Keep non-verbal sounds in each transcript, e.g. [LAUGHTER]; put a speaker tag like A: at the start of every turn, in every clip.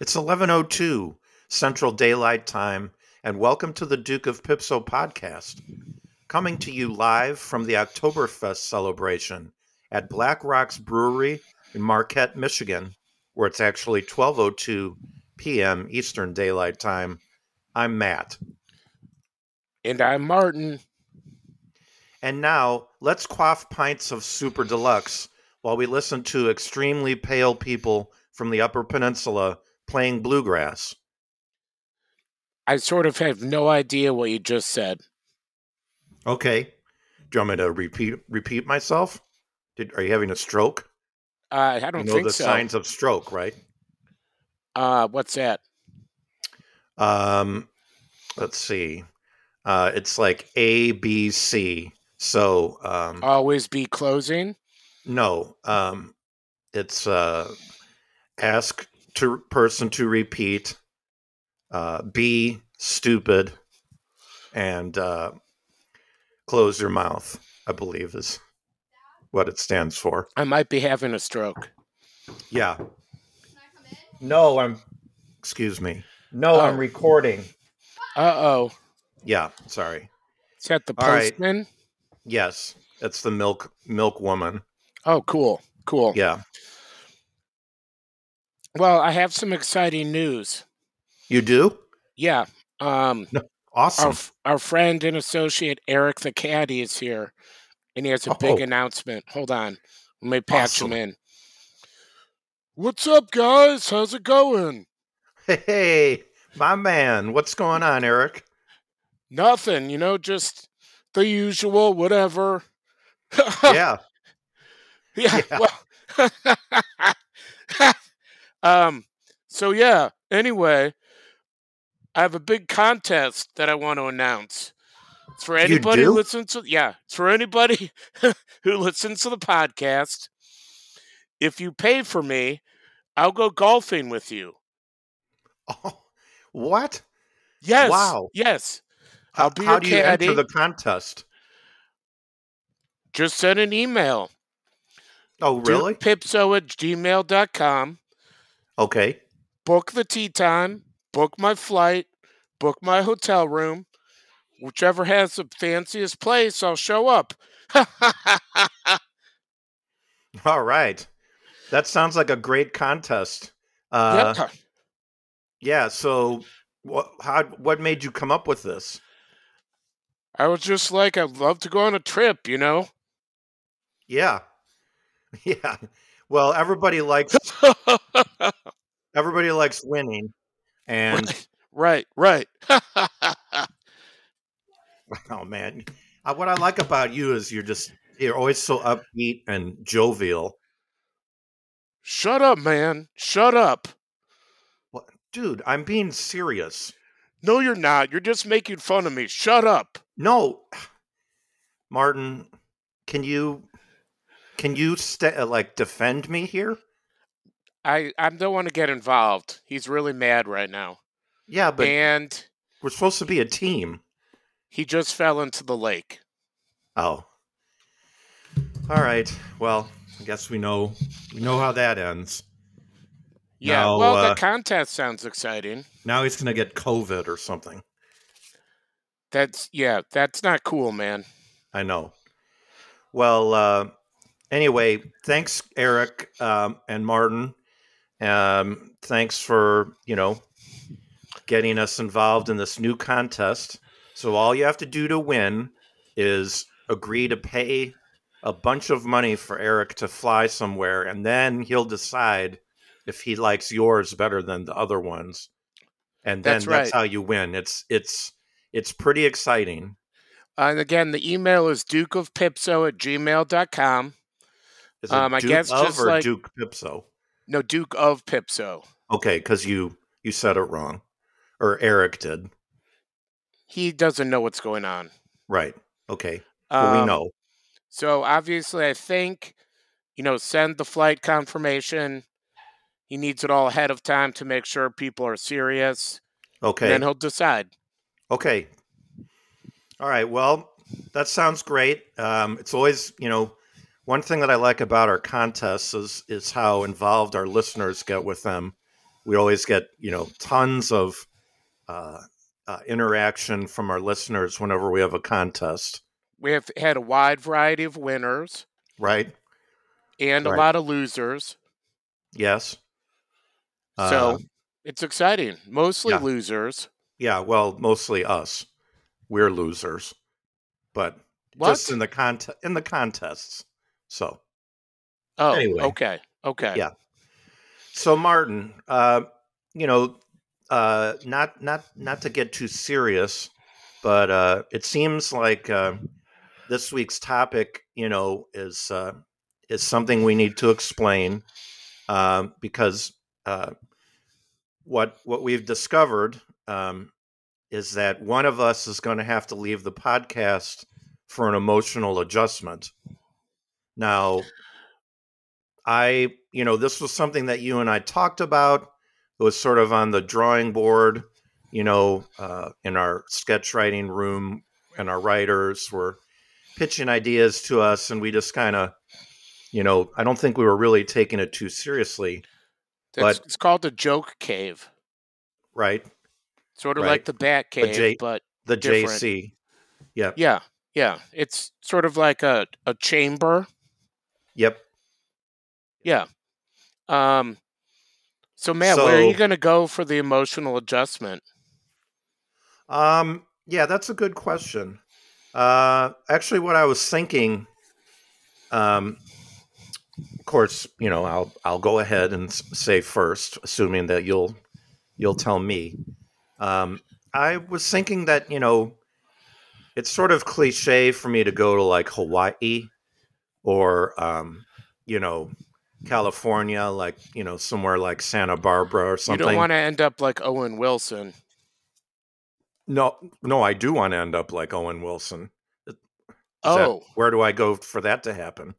A: It's 11:02 Central Daylight Time and welcome to the Duke of Pipso podcast, coming to you live from the Oktoberfest celebration at Black Rocks Brewery in Marquette, Michigan, where it's actually 12:02 p.m. Eastern Daylight Time. I'm Matt.
B: And I'm Martin.
A: And now, let's quaff pints of Super Deluxe while we listen to extremely pale people from the Upper Peninsula playing bluegrass.
B: I sort of have no idea what you just said.
A: Okay. Do you want me to repeat repeat myself? Did, are you having a stroke?
B: Uh, I don't
A: You know
B: think
A: the
B: so.
A: signs of stroke, right?
B: Uh, what's that?
A: Um, let's see. Uh, it's like A B C. So um,
B: Always be closing.
A: no, um, it's uh, ask to person to repeat. Uh, be stupid, and uh, close your mouth. I believe is what it stands for.
B: I might be having a stroke.
A: Yeah. No, I'm. Excuse me. No,
B: Oh.
A: I'm recording.
B: Uh oh.
A: Yeah, sorry.
B: Is that the
A: All right.
B: postman?
A: Yes, it's the milk milk woman.
B: Oh, cool. Cool.
A: Yeah,
B: Well, I have some exciting news.
A: you do.
B: Yeah. Um, our,
A: Awesome.
B: f- our friend and associate Eric the Caddy is here, and he has a big
A: Oh.
B: announcement. Hold on. Let me patch
A: Awesome.
B: him in. What's up, guys? How's it going?
A: Hey, hey, my man, what's going on, Eric?
B: Nothing, you know, just the usual, whatever.
A: Yeah,
B: [LAUGHS] yeah.
A: Yeah.
B: Well, [LAUGHS] um, so yeah, anyway, I have a big contest that I want to announce. It's for anybody who
A: do?
B: listens to yeah, it's for anybody [LAUGHS] who listens to the podcast. If you pay for me, I'll go golfing with you.
A: oh, what?
B: Yes.
A: Wow.
B: Yes.
A: How,
B: I'll be
A: how
B: your
A: do you enter
B: caddy.
A: the contest?
B: Just send an email.
A: Oh, really?
B: Pipso at gmail.com.
A: Okay.
B: book the tea time, book my flight, book my hotel room, whichever has the fanciest place, I'll show up. [LAUGHS]
A: Uh All right. That sounds like a great contest. Uh,
B: yeah.
A: Yeah. So, what? How? What made you come up with this?
B: I was just like, I'd love to go on a trip, you know? [LAUGHS]
A: Yeah. [LAUGHS] Yeah. Well, everybody likes everybody likes winning. And
B: right, right.
A: [LAUGHS]
B: [LAUGHS]
A: oh man, Uh, what I like about you is you're just you're always so upbeat and jovial.
B: Shut up, man. Shut up.
A: What, dude, I'm being serious.
B: No, you're not. You're just making fun of me. Shut up.
A: No. [SIGHS] Martin, can you can you sta uh, like defend me here?
B: I, I don't want to get involved. He's really mad right now.
A: Yeah, but
B: and
A: we're supposed to be a team.
B: he just fell into the lake.
A: Oh. All right. Well, I guess we know we know how that ends.
B: Yeah,
A: No,
B: well,
A: uh,
B: the contest sounds exciting.
A: Now he's going to get COVID or something.
B: That's yeah, that's not cool, man.
A: I know. Well, uh, anyway, thanks, Eric um, and Martin. Um, thanks for you know getting us involved in this new contest. So all you have to do to win is agree to pay a bunch of money for Eric to fly somewhere, and then he'll decide if he likes yours better than the other ones. And then
B: That's
A: that's
B: right.
A: how you win. It's it's it's pretty exciting.
B: And Uh, again, the email is dukeofpipso at gmail.com.
A: Is it
B: Um, I
A: Duke
B: guess
A: of
B: just
A: or
B: like-
A: Duke Pipso?
B: No, Duke of Pipso.
A: Okay, because you you said it wrong, or Eric did.
B: He doesn't know what's going on.
A: Right. Okay. Well, we
B: Um,
A: know.
B: So obviously, I think, you know, send the flight confirmation. He needs it all ahead of time to make sure people are serious. And
A: Okay.
B: then he'll decide.
A: Okay. All right. Well, that sounds great. Um, it's always you know one thing that I like about our contests is is how involved our listeners get with them. We always get you know tons of uh, uh, interaction from our listeners whenever we have a contest,
B: We have had a wide variety of winners
A: right?
B: and a
A: Right.
B: lot of losers.
A: Yes.
B: so
A: Um,
B: it's exciting. Mostly
A: yeah.
B: losers.
A: yeah, well, mostly us. We're losers, but
B: What?
A: just in the cont in the contests. So
B: oh,
A: anyway.
B: okay. Okay.
A: Yeah. So Martin, uh, you know, uh, not not not to get too serious, but uh, it seems like uh, this week's topic, you know, is uh, is something we need to explain um, because uh, what what we've discovered um, is that one of us is going to have to leave the podcast for an emotional adjustment. Now, I, you know, this was something that you and I talked about. It was sort of on the drawing board, you know, uh, in our sketch writing room, and our writers were pitching ideas to us, and we just kind of, you know, I don't think we were really taking it too seriously,
B: That's,
A: But-
B: it's called the joke cave,
A: right?
B: sort of
A: Right.
B: like the bat cave,
A: J-
B: but
A: The
B: Different.
A: JC,
B: yeah, yeah. It's sort of like a, a chamber.
A: yep,
B: Yeah. Um. So, Matt, where are you
A: So-
B: going to go for the emotional adjustment?
A: Um, yeah, that's a good question. Uh, actually, what I was thinking, um, of course, you know, I'll I'll go ahead and s- say first, assuming that you'll you'll tell me. Um, I was thinking that you know, it's sort of cliche for me to go to like Hawaii or um, you know, California, like you know, somewhere like Santa Barbara or something.
B: You don't want to end up like Owen Wilson.
A: no, no, I do want to end up like Owen Wilson. Is that-
B: Oh,
A: where do I go for that to happen?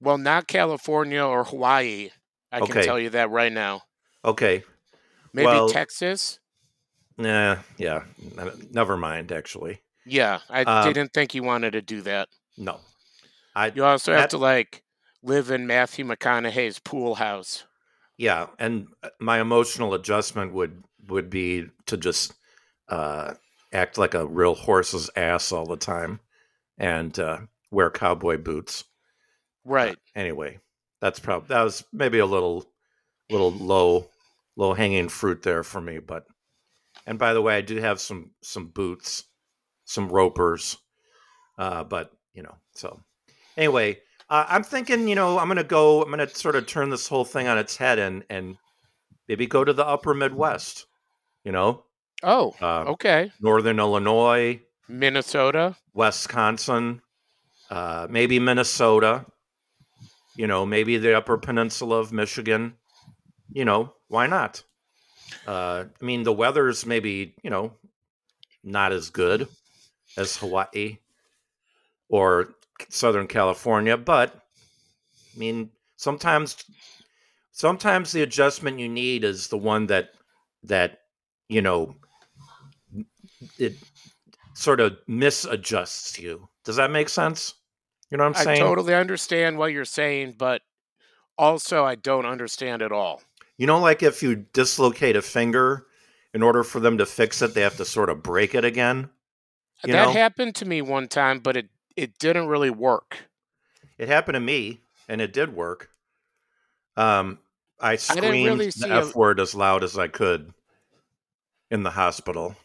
B: well, not California or Hawaii. I
A: Okay.
B: can tell you that right now.
A: Okay.
B: Maybe
A: Well-
B: Texas.
A: Nah, yeah. n- Never mind, actually.
B: Yeah, I
A: Um,
B: didn't think you wanted to do that.
A: No. I,
B: You also have
A: That-
B: to like live in Matthew McConaughey's pool house.
A: yeah. And uh, my emotional adjustment would, would be to just uh, act like a real horse's ass all the time and uh, wear cowboy boots. Uh,
B: Right.
A: anyway, that's probably, that was maybe a little, little low, low hanging fruit there for me. But, and by the way, I do have some, some boots, some ropers. uh, but you know so anyway uh, i'm thinking you know i'm gonna go i'm gonna sort of turn this whole thing on its head and and maybe go to the upper midwest you know
B: Oh,
A: uh,
B: okay.
A: northern illinois
B: Minnesota.
A: wisconsin uh, maybe minnesota you know maybe the upper peninsula of michigan you know why not uh, i mean the weather's maybe you know not as good as hawaii or Southern California, but I mean, sometimes sometimes the adjustment you need is the one that that you know it sort of misadjusts you. Does that make sense? You know what I'm
B: I
A: saying?
B: totally understand what you're saying, but also I don't understand at all.
A: you know, like if you dislocate a finger, in order for them to fix it, they have to sort of break it again. You
B: that
A: know?
B: happened to me one time, but it it didn't really work.
A: It happened to me, and it did work. Um, I screamed
B: didn't really see
A: the
B: a-
A: f word as loud as I could in the hospital.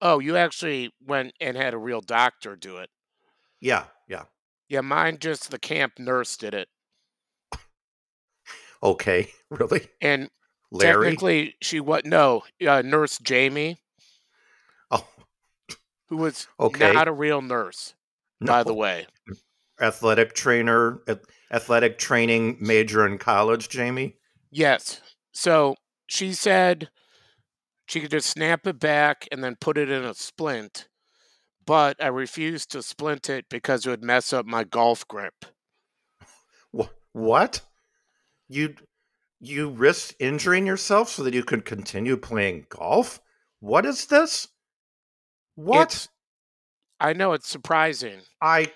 B: Oh, you actually went and had a real doctor do it.
A: Yeah, yeah,
B: Yeah, mine just the camp nurse did it.
A: okay, [LAUGHS] really,
B: And
A: Larry.
B: technically she what no, uh, nurse Jamie,
A: oh,
B: who was
A: okay.
B: not a real nurse,
A: no.
B: by the way.
A: athletic trainer, ath- athletic training major in college, Jamie.
B: Yes. So she said she could just snap it back and then put it in a splint, but I refused to splint it because it would mess up my golf grip.
A: Wh- what? You you risked injuring yourself so that you could continue playing golf? What is this? What?
B: It's- I know it's surprising.
A: I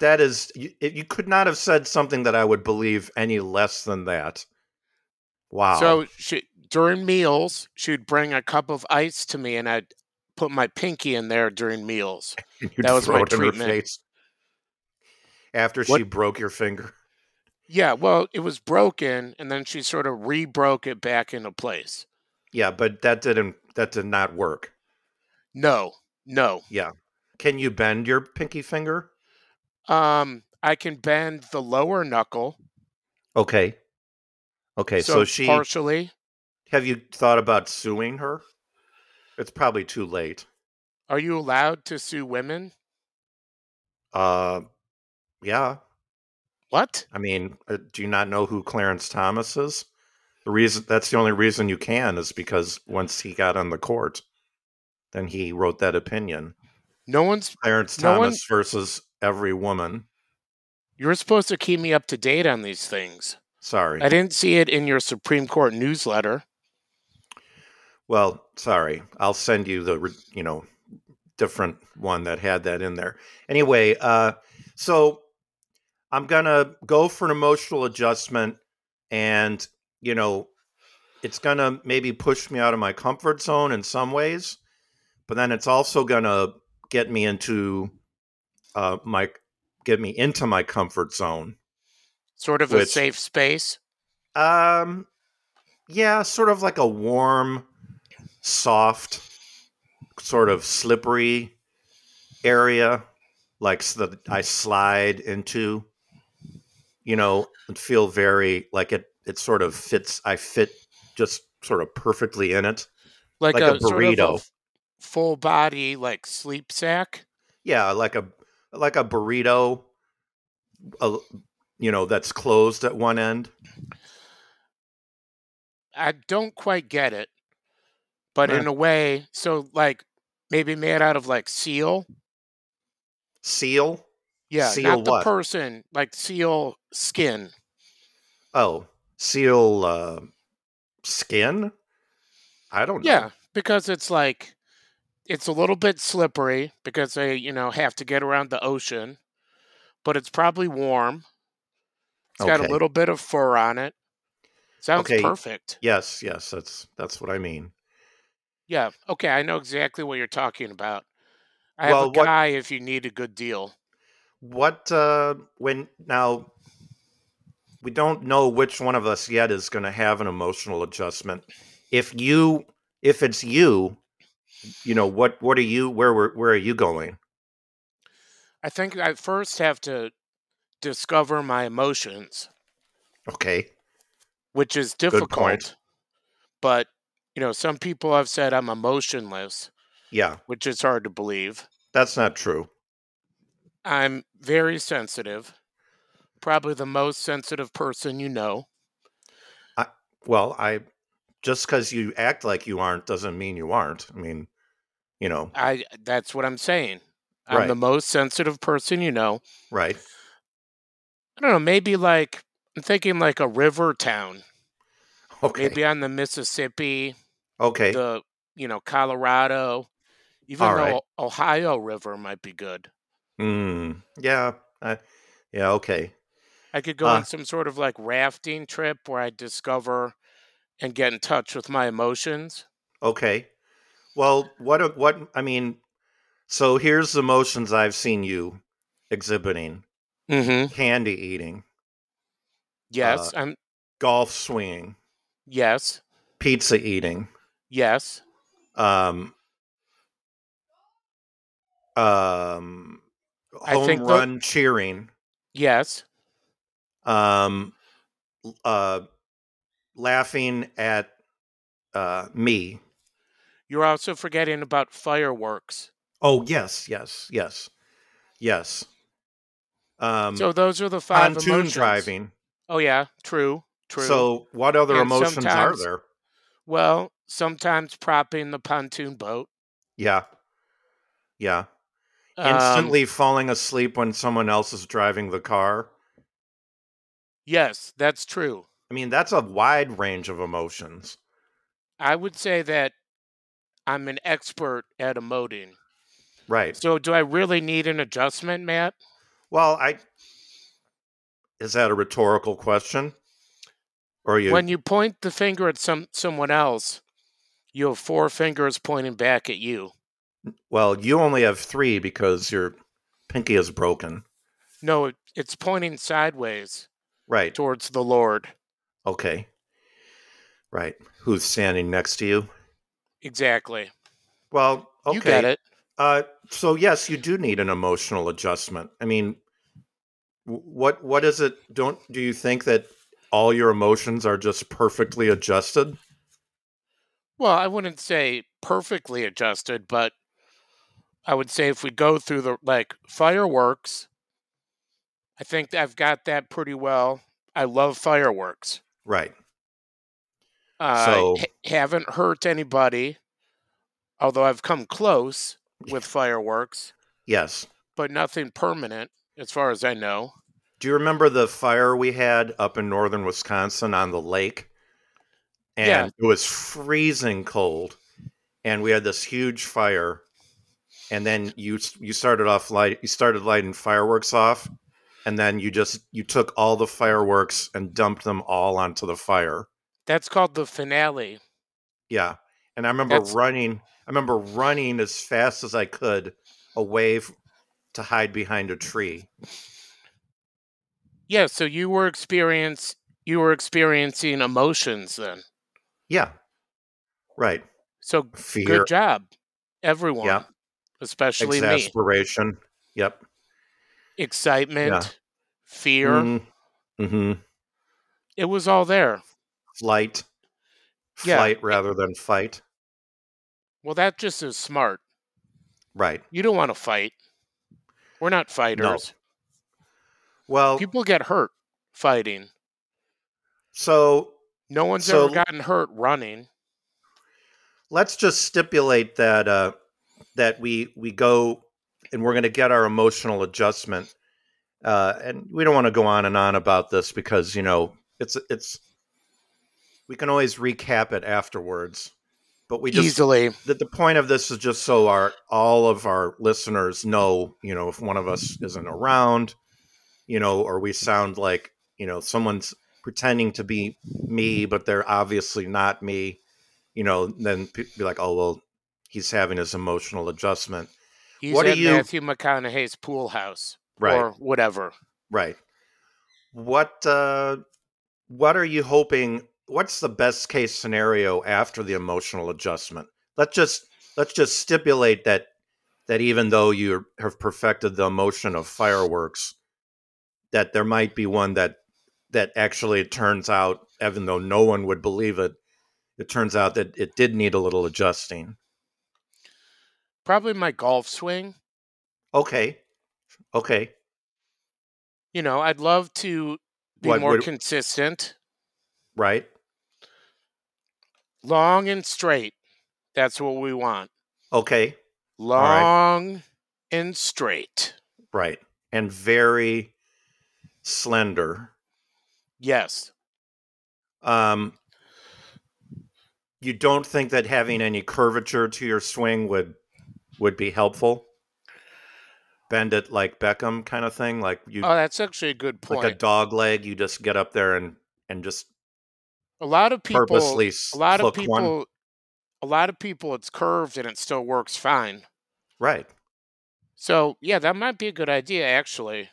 A: that is you, it- you could not have said something that I would believe any less than that. Wow.
B: So she during meals, she would bring a cup of ice to me, and I'd put my pinky in there during meals.
A: You'd
B: That was
A: throw
B: my
A: it in her
B: treatment.
A: face. After she
B: What-
A: broke your finger.
B: Yeah, well, it was broken, and then she sort of re-broke it back into place.
A: Yeah, but that didn't that did not work.
B: No, no.
A: Can you bend your pinky finger?
B: Um, I can bend the lower knuckle.
A: Okay. Okay, so,
B: so
A: she
B: partially.
A: have you thought about suing her? It's probably too late.
B: Are you allowed to sue women?
A: Uh yeah.
B: What?
A: I mean, uh, do you not know who Clarence Thomas is? The reason that's the only reason you can is because once he got on the court, then he wrote that opinion.
B: No one's.
A: Clarence
B: No one-
A: Thomas versus every woman.
B: You're supposed to keep me up to date on these things.
A: Sorry.
B: I didn't see it in your Supreme Court newsletter.
A: Well, sorry. I'll send you the re- you know different one that had that in there. Anyway, uh so I'm going to go for an emotional adjustment and you know it's going to maybe push me out of my comfort zone in some ways, but then it's also going to get me into uh my get me into my comfort zone.
B: Sort of a
A: Which-
B: safe space.
A: Um, yeah, sort of like a warm, soft, sort of slippery area, like s- that I slide into. You know, and feel very like it. It sort of fits. I fit just sort of perfectly in it.
B: Like,
A: Like
B: a,
A: a
B: Sort of a
A: burrito.
B: f- full body, like sleep sack.
A: Yeah, like a like a burrito. A, you know that's closed at one end.
B: I don't quite get it, but
A: Eh.
B: in a way, so like maybe made out of like seal.
A: Seal.
B: Yeah,
A: Seal
B: not the
A: what?
B: person, like seal skin.
A: Oh, seal uh, skin. I don't know.
B: Yeah, because it's like it's a little bit slippery because they, you know, have to get around the ocean, but it's probably warm. It's got a
A: Okay.
B: little bit of fur on it. Sounds
A: Okay.
B: perfect.
A: Yes, yes, that's that's what I mean.
B: Yeah. Okay, I know exactly what you're talking about. I
A: Well,
B: have a
A: what-
B: guy if you need a good deal.
A: What uh when now we don't know which one of us yet is going to have an emotional adjustment. If you if it's you, you know, what what are you where were where are you going?
B: I think I first have to discover my emotions,
A: Okay.
B: which is
A: point.
B: difficult. But, you know, some people have said I'm emotionless,
A: Yeah,
B: which is hard to believe.
A: that's not true.
B: I'm very sensitive, probably the most sensitive person you know.
A: Well, I just cuz you act like you aren't doesn't mean you aren't. I mean, you know,
B: I that's what I'm saying. I'm the
A: Right.
B: most sensitive person you know.
A: right.
B: I don't know, maybe like I'm thinking like a river town,
A: Okay.
B: maybe on the Mississippi,
A: okay.
B: the you know, Colorado, even
A: All
B: though
A: right.
B: Ohio River might be good.
A: Mm, yeah. I, yeah. Okay.
B: I could go
A: Uh,
B: on some sort of like rafting trip where I discover and get in touch with my emotions.
A: Okay. Well, what? a- What? I mean, so here's the emotions I've seen you exhibiting:
B: Mm-hmm.
A: candy eating,
B: Yes.
A: Uh.
B: I'm
A: golf swinging,
B: yes.
A: pizza eating,
B: Yes.
A: um, um,
B: I
A: home
B: think tho-
A: run cheering,
B: Yes.
A: um, l- uh, laughing at uh, me.
B: You're also forgetting about fireworks.
A: Oh yes, yes, yes, yes. Um,
B: so those are the five
A: pontoon
B: emotions.
A: driving.
B: Oh yeah, true, true.
A: So what other
B: And
A: emotions are
B: sometimes-
A: there?
B: well, sometimes propping the pontoon boat.
A: Yeah. Yeah.
B: um,
A: Instantly falling asleep when someone else is driving the car.
B: yes, that's true.
A: I mean, that's a wide range of emotions.
B: I would say that I'm an expert at emoting.
A: Right.
B: So do I really need an adjustment, Matt?
A: Well, I is that a rhetorical question? Or you
B: When you point the finger at some someone else, you have four fingers pointing back at you.
A: well, you only have three because your pinky is broken.
B: No, it, it's pointing sideways
A: Right.
B: towards the Lord.
A: Okay. Right. Who's standing next to you?
B: Exactly.
A: Well, okay.
B: You get it.
A: Uh, so yes, you do need an emotional adjustment. I mean, wh- what what is it? Don't do you think that all your emotions are just perfectly adjusted?
B: Well, I wouldn't say perfectly adjusted, but I would say if we go through the like fireworks, I think I've got that pretty well. I love fireworks.
A: Right.
B: Uh,
A: So-
B: ha- haven't hurt anybody, although I've come close with fireworks,
A: Yes.
B: but nothing permanent as far as I know.
A: Do you remember the fire we had up in northern Wisconsin on the lake? And
B: Yeah.
A: it was freezing cold, and we had this huge fire. And then you s- you started off light you started lighting fireworks off, and then you just you took all the fireworks and dumped them all onto the fire.
B: That's called the finale.
A: Yeah. And I remember
B: That's-
A: running. I remember running as fast as I could away f- to hide behind a tree.
B: Yeah, so you were experience you were experiencing emotions then.
A: Yeah. Right.
B: So
A: Fear.
B: good job, everyone.
A: Yeah.
B: Especially me.
A: exasperation. Yep.
B: Excitement,
A: Yeah.
B: fear.
A: Mm-hmm.
B: It was all there.
A: Flight.
B: Yeah.
A: Flight rather than fight.
B: Well, that just is smart.
A: Right.
B: You don't want to fight. We're not fighters.
A: Well,
B: People get hurt fighting.
A: so
B: No one's
A: So-
B: ever gotten hurt running.
A: let's just stipulate that uh, that we we go and we're going to get our emotional adjustment, uh, and we don't want to go on and on about this because you know it's it's we can always recap it afterwards, but we just
B: Easily.
A: the, the point of this is just so our all of our listeners know you know if one of us isn't around you know or we sound like you know someone's pretending to be me but they're obviously not me you know then pe- be like oh well he's having his emotional adjustment
B: He's
A: What do
B: at
A: you-
B: Matthew McConaughey's pool house
A: right
B: or whatever.
A: right what uh what are you hoping what's the best case scenario after the emotional adjustment let's just let's just stipulate that that even though you have perfected the emotion of fireworks that there might be one that that actually it turns out even though no one would believe it it turns out that it did need a little adjusting
B: Probably my golf swing.
A: okay okay
B: You know, I'd love to be
A: What
B: more
A: would-
B: consistent,
A: right
B: long and straight. That's what we want.
A: okay right.
B: Long and straight.
A: right and very slender
B: Yes.
A: Um, you don't think that having any curvature to your swing would would be helpful? Bend it like Beckham kind of thing, like you
B: Oh, that's actually a good
A: like
B: point.
A: a dog leg. You just get up there and and just
B: a lot of people
A: purposely s-
B: a lot of
A: hook
B: people
A: one.
B: a lot of people it's curved and it still works fine.
A: Right.
B: So, yeah, that might be a good idea actually.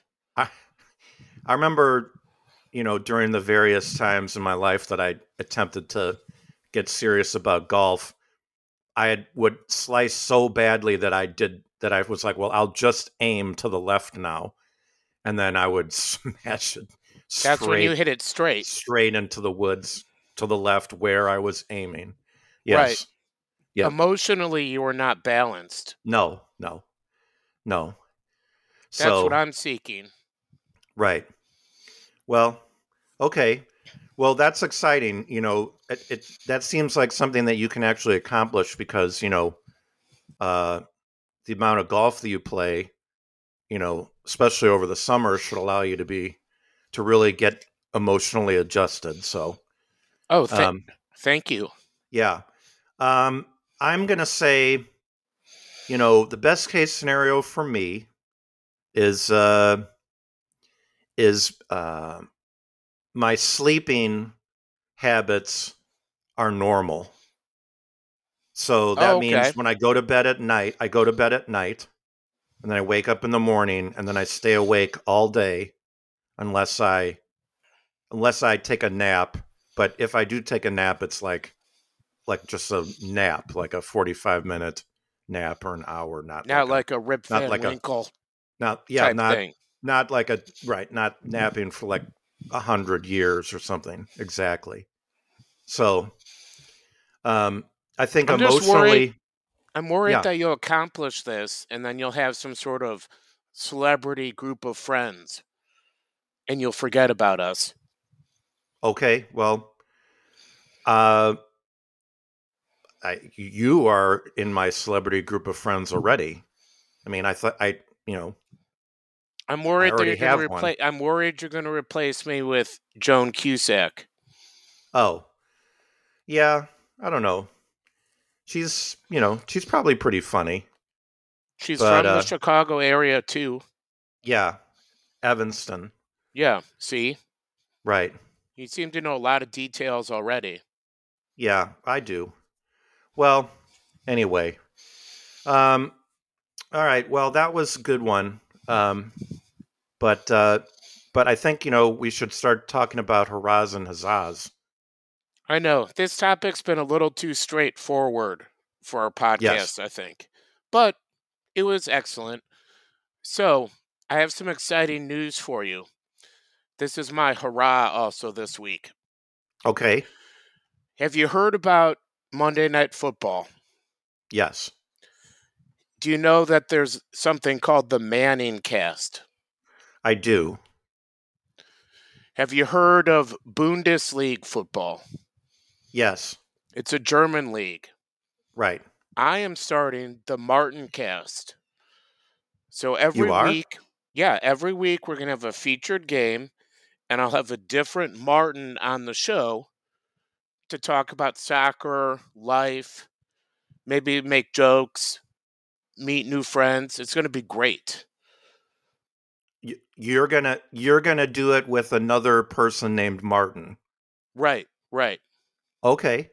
A: I remember, you know, during the various times in my life that I attempted to get serious about golf, I had, would slice so badly that I did that I was like, well, I'll just aim to the left now, and then I would [LAUGHS] smash it
B: That's when you
A: straight
B: hit it straight.
A: straight into the woods to the left where I was aiming. Yes.
B: Right.
A: Yeah.
B: Emotionally, you are not balanced.
A: No. No. No.
B: That's
A: so
B: what I'm seeking.
A: Right. Well, okay. Well, that's exciting. You know, it, it that seems like something that you can actually accomplish because you know, uh, the amount of golf that you play, you know, especially over the summer, should allow you to be to really get emotionally adjusted. So,
B: Oh, th-
A: um,
B: thank you.
A: yeah. Um, I'm going to say, you know, the best case scenario for me is uh, is uh, my sleeping habits are normal. So that
B: Oh, okay.
A: means when I go to bed at night, I go to bed at night and then I wake up in the morning and then I stay awake all day unless I unless I take a nap. But if I do take a nap, it's like like just a nap, like a 45 minute nap or an hour, not
B: Not
A: like,
B: like a Rip
A: not
B: Van
A: like a
B: Winkle
A: a, not yeah,
B: type
A: not
B: thing. Mm-hmm.
A: not like a right, not napping for like a hundred years or something. Exactly. So um I think
B: I'm just worried-
A: emotionally
B: I'm worried
A: Yeah.
B: that you'll accomplish this and then you'll have some sort of celebrity group of friends and you'll forget about us.
A: okay, well uh I you are in my celebrity group of friends already. I mean I thought I you know
B: I'm worried that
A: already
B: you're going
A: have
B: to
A: one.
B: replace I'm worried you're going to replace me with Joan Cusack.
A: oh yeah, I don't know. She's you know, she's probably pretty funny.
B: She's
A: But,
B: from the
A: uh,
B: Chicago area too.
A: Yeah. Evanston.
B: Yeah, see?
A: Right.
B: You seem to know a lot of details already.
A: Yeah, I do. Well, anyway. Um all right. Well, that was a good one. Um but uh but I think, you know, we should start talking about Haraz and Hazaz.
B: I know. This topic's been a little too straightforward for our podcast,
A: Yes.
B: I think. But it was excellent. So, I have some exciting news for you. This is my hurrah also this week.
A: Okay.
B: Have you heard about Monday Night Football?
A: Yes.
B: Do you know that there's something called the Manning cast?
A: I do.
B: Have you heard of Bundesliga football?
A: Yes.
B: It's a German league.
A: Right.
B: I am starting the Martin cast. So every
A: are?
B: week, yeah, every week we're going to have a featured game and I'll have a different Martin on the show to talk about soccer, life, maybe make jokes, meet new friends. It's going to be great.
A: Y- You're going to you're going to do it with another person named Martin.
B: Right, right.
A: Okay.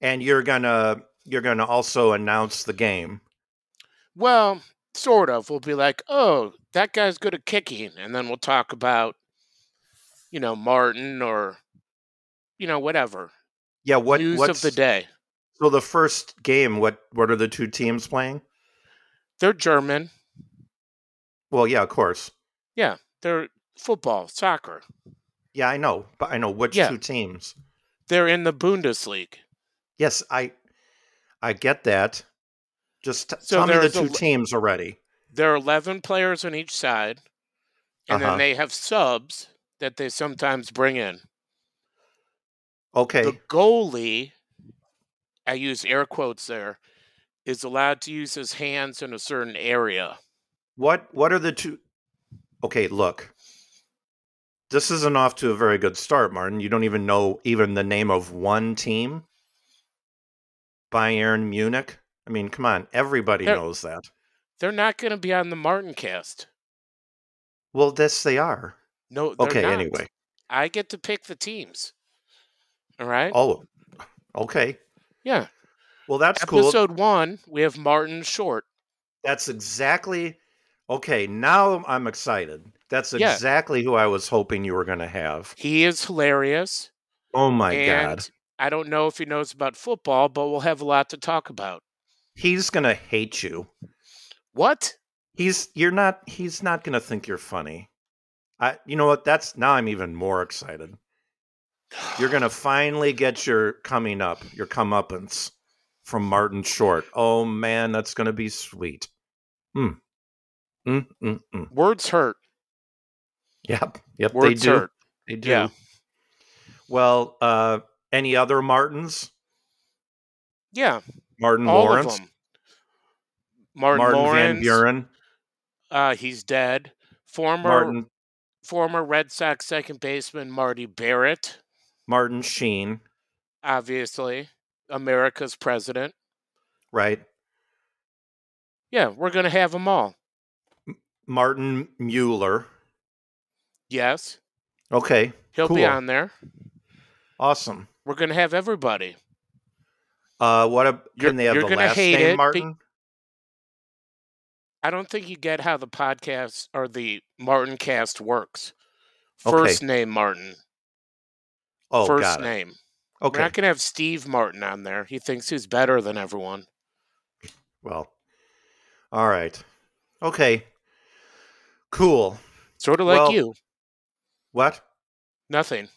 A: And you're going to you're going to also announce the game.
B: Well, sort of. We'll be like, oh, that guy's good at kicking. And then we'll talk about, you know, Martin or, you know, whatever.
A: Yeah, what
B: News
A: what's
B: of the day.
A: So the first game, what what are the two teams playing?
B: They're German.
A: Well, yeah, of course.
B: They're football, soccer.
A: Yeah, I know, but I know which
B: Yeah.
A: two teams.
B: They're in the Bundesliga.
A: Yes, I I get that. Just t-
B: So
A: tell me the
B: there's a
A: two
B: l-
A: teams already.
B: There are 11 players on each side. And
A: Uh-huh.
B: then they have subs that they sometimes bring in.
A: Okay.
B: The goalie, I use air quotes there, is allowed to use his hands in a certain area.
A: What what are the two Okay, look. This isn't off to a very good start, Martin. You don't even know even the name of one team. Bayern Munich. I mean, come on. Everybody
B: They're-
A: knows that.
B: They're not going to be on the Martin cast.
A: Well, this they are.
B: No, they're
A: Okay,
B: not.
A: anyway.
B: I get to pick the teams. All right.
A: Oh. Okay.
B: yeah.
A: Well, that's cool.
B: Episode one, we have Martin Short.
A: That's exactly okay. Now I'm excited. That's
B: Yeah.
A: exactly who I was hoping you were going to have.
B: He is hilarious.
A: Oh my
B: and
A: god,
B: I don't know if he knows about football, but we'll have a lot to talk about.
A: he's going to hate you.
B: What?
A: He's you're not. He's not going to think you're funny. I. You know what? That's now I'm even more excited. [SIGHS] You're going to finally get your coming up, your comeuppance from Martin Short. Oh man, that's going to be sweet. Mm. Mm. Mm. Mm.
B: Words hurt.
A: Yep. Yep. they
B: Words
A: do.
B: hurt.
A: They do.
B: Yeah.
A: Well, uh, any other Martins?
B: Yeah.
A: Martin
B: All
A: Lawrence,
B: of them. Martin,
A: Martin
B: Lawrence.
A: Van Buren,
B: Uh, he's dead. Former
A: Martin
B: former Red Sox second baseman Marty Barrett,
A: Martin Sheen,
B: obviously America's president.
A: right?
B: Yeah, we're gonna have them all.
A: Martin Mueller.
B: Yes,
A: Okay,
B: he'll be
A: Cool.
B: on there.
A: Awesome.
B: We're going to have everybody.
A: Uh, what a,
B: You're-
A: can they have
B: you're
A: the
B: gonna
A: last
B: hate
A: name,
B: it, be-
A: Martin?
B: I don't think you get how the podcast or the Martin cast works.
A: Okay.
B: First name Martin.
A: oh,
B: first
A: got it.
B: name.
A: Okay.
B: We're not going to have Steve Martin on there. He thinks he's better than everyone.
A: Well, all right. Okay. Cool.
B: Sort of like
A: Well-
B: you.
A: What?
B: Nothing.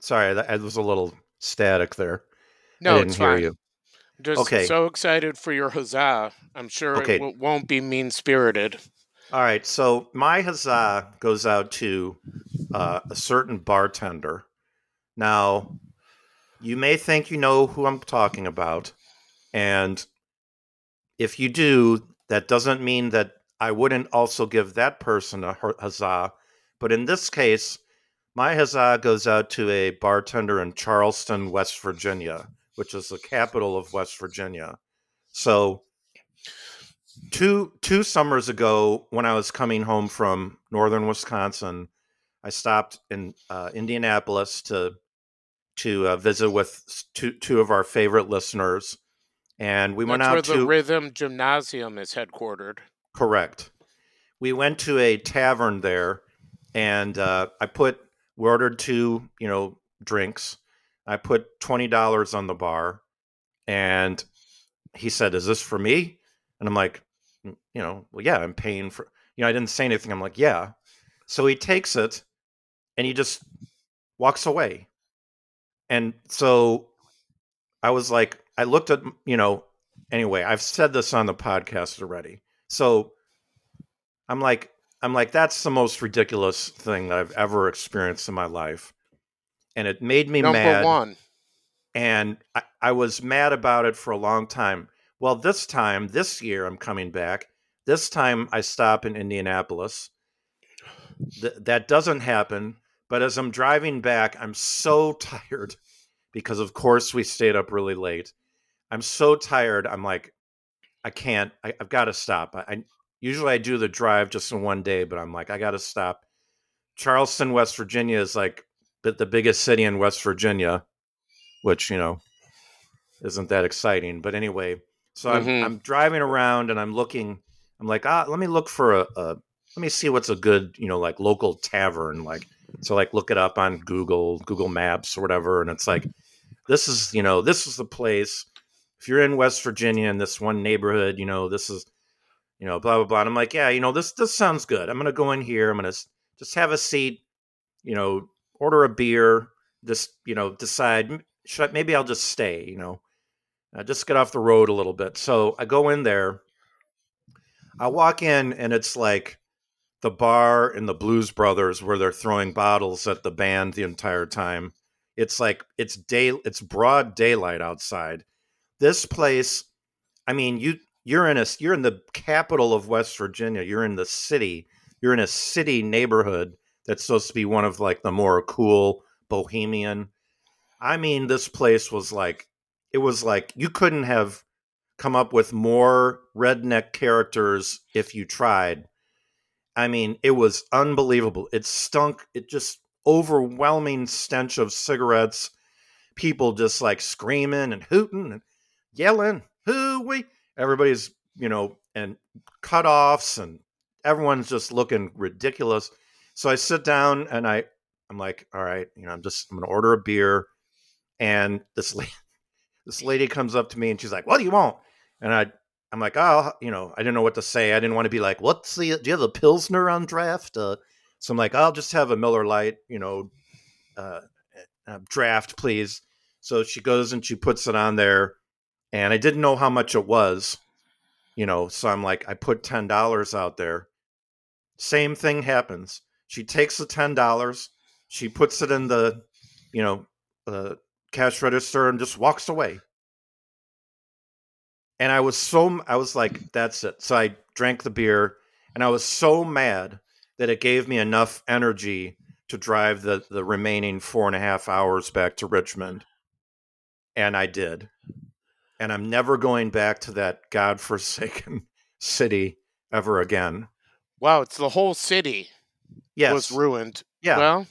A: Sorry, that, that was a little static there.
B: No,
A: I didn't
B: it's
A: hear
B: fine.
A: you.
B: Just
A: Okay.
B: so excited for your huzzah. I'm sure
A: Okay.
B: it w- won't be mean spirited.
A: All right. So my huzzah goes out to uh, a certain bartender. Now, you may think you know who I'm talking about. And if you do, that doesn't mean that I wouldn't also give that person a hu- huzzah. But in this case, my huzzah goes out to a bartender in Charleston, West Virginia, which is the capital of West Virginia. So two two summers ago when I was coming home from northern Wisconsin, I stopped in uh, Indianapolis to to uh, visit with s- two two of our favorite listeners, and we went
B: That's
A: out
B: where
A: to
B: the Rhythm Gymnasium is headquartered.
A: Correct. We went to a tavern there, and uh, I put we ordered two, you know, drinks. I put twenty dollars on the bar, and he said, "Is this for me?" And I'm like, "Mm, you know, well, yeah, I'm paying for. You know, I didn't say anything. I'm like, yeah. So he takes it, and he just walks away. And so I was like, I looked at, you know, anyway, I've said this on the podcast already. So I'm like, I'm like, that's the most ridiculous thing that I've ever experienced in my life. And it made me
B: Number
A: mad
B: one.
A: and I, I was mad about it for a long time. Well, this time, this year, I'm coming back. This time, I stop in Indianapolis. Th- that doesn't happen. But as I'm driving back, I'm so [LAUGHS] tired because, of course, we stayed up really late. I'm so tired. I'm like, I can't. I, I've got to stop. I, I usually I do the drive just in one day, but I'm like, I got to stop. Charleston, West Virginia, is like the, the biggest city in West Virginia which you know isn't that exciting. But anyway, so I'm,
B: Mhm.
A: I'm driving around and I'm looking. I'm like, ah, let me look for a, a let me see what's a good you know like local tavern like. So like look it up on Google, Google Maps or whatever, and it's like this is you know this is the place. If you're in West Virginia in this one neighborhood, you know this is you know blah blah blah. And I'm like, yeah, you know this this sounds good. I'm gonna go in here. I'm gonna s- just have a seat. You know, order a beer. Just you know decide "M- should I, maybe I'll just stay. You know, uh, just get off the road a little bit. So I go in there. I walk in and it's like the bar and the Blues Brothers where they're throwing bottles at the band the entire time. It's like it's day it's broad daylight outside. This place, I mean, you you're in a you're in the capital of West Virginia. You're in the city. You're in a city neighborhood that's supposed to be one of like the more cool bohemian. I mean, this place was like it was like you couldn't have come up with more redneck characters if you tried. I mean, it was unbelievable. It stunk. It just overwhelming stench of cigarettes. People just like screaming and hooting and yelling, "Who we?" Everybody's you know, and cutoffs, and everyone's just looking ridiculous. So I sit down and I, I'm like, all right, you know, I'm just I'm gonna order a beer, and this lady, [LAUGHS] this lady comes up to me and she's like, "What do you want?" And I, I'm like, oh, you know, I didn't know what to say. I didn't want to be like, "What's the? Do you have a pilsner on draft?" Uh, so I'm like, I'll just have a Miller Light, you know, uh, uh, draft, please. So she goes and she puts it on there, and I didn't know how much it was, you know. So I'm like, I put ten dollars out there. Same thing happens. She takes the ten dollars, she puts it in the, you know, the cash register and just walks away. And I was so I was like, that's it. So I drank the beer, and I was so mad that it gave me enough energy to drive the the remaining four and a half hours back to Richmond, and I did. And I'm never going back to that godforsaken [LAUGHS] city ever again.
B: Wow, it's the whole city
A: Yes.
B: was ruined.
A: yeah.
B: Well,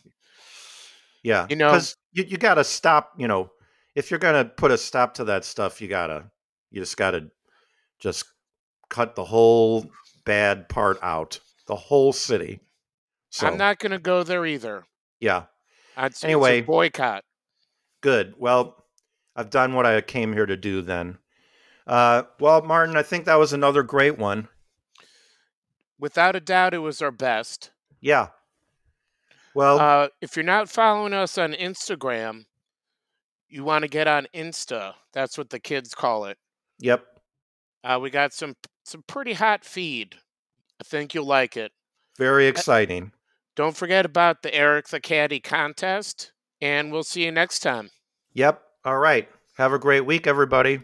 A: yeah.
B: you know-
A: 'Cause- you, you got to stop. You know, if you're gonna put a stop to that stuff, you gotta you just gotta just cut the whole bad part out, the whole city. So
B: I'm not going to go there either.
A: yeah,
B: I'd say
A: Anyway.
B: it's a boycott.
A: good. Well, I've done what I came here to do. Then, uh, well, Martin, I think that was another great one.
B: Without a doubt, it was our best.
A: Yeah. Well,
B: Uh, if you're not following us on Instagram, you want to get on Insta. That's what the kids call it.
A: yep.
B: Uh, we got some some pretty hot feed. I think you'll like it.
A: Very exciting.
B: Don't forget about the Eric the Caddy contest, and we'll see you next time.
A: Yep. All right. Have a great week, everybody.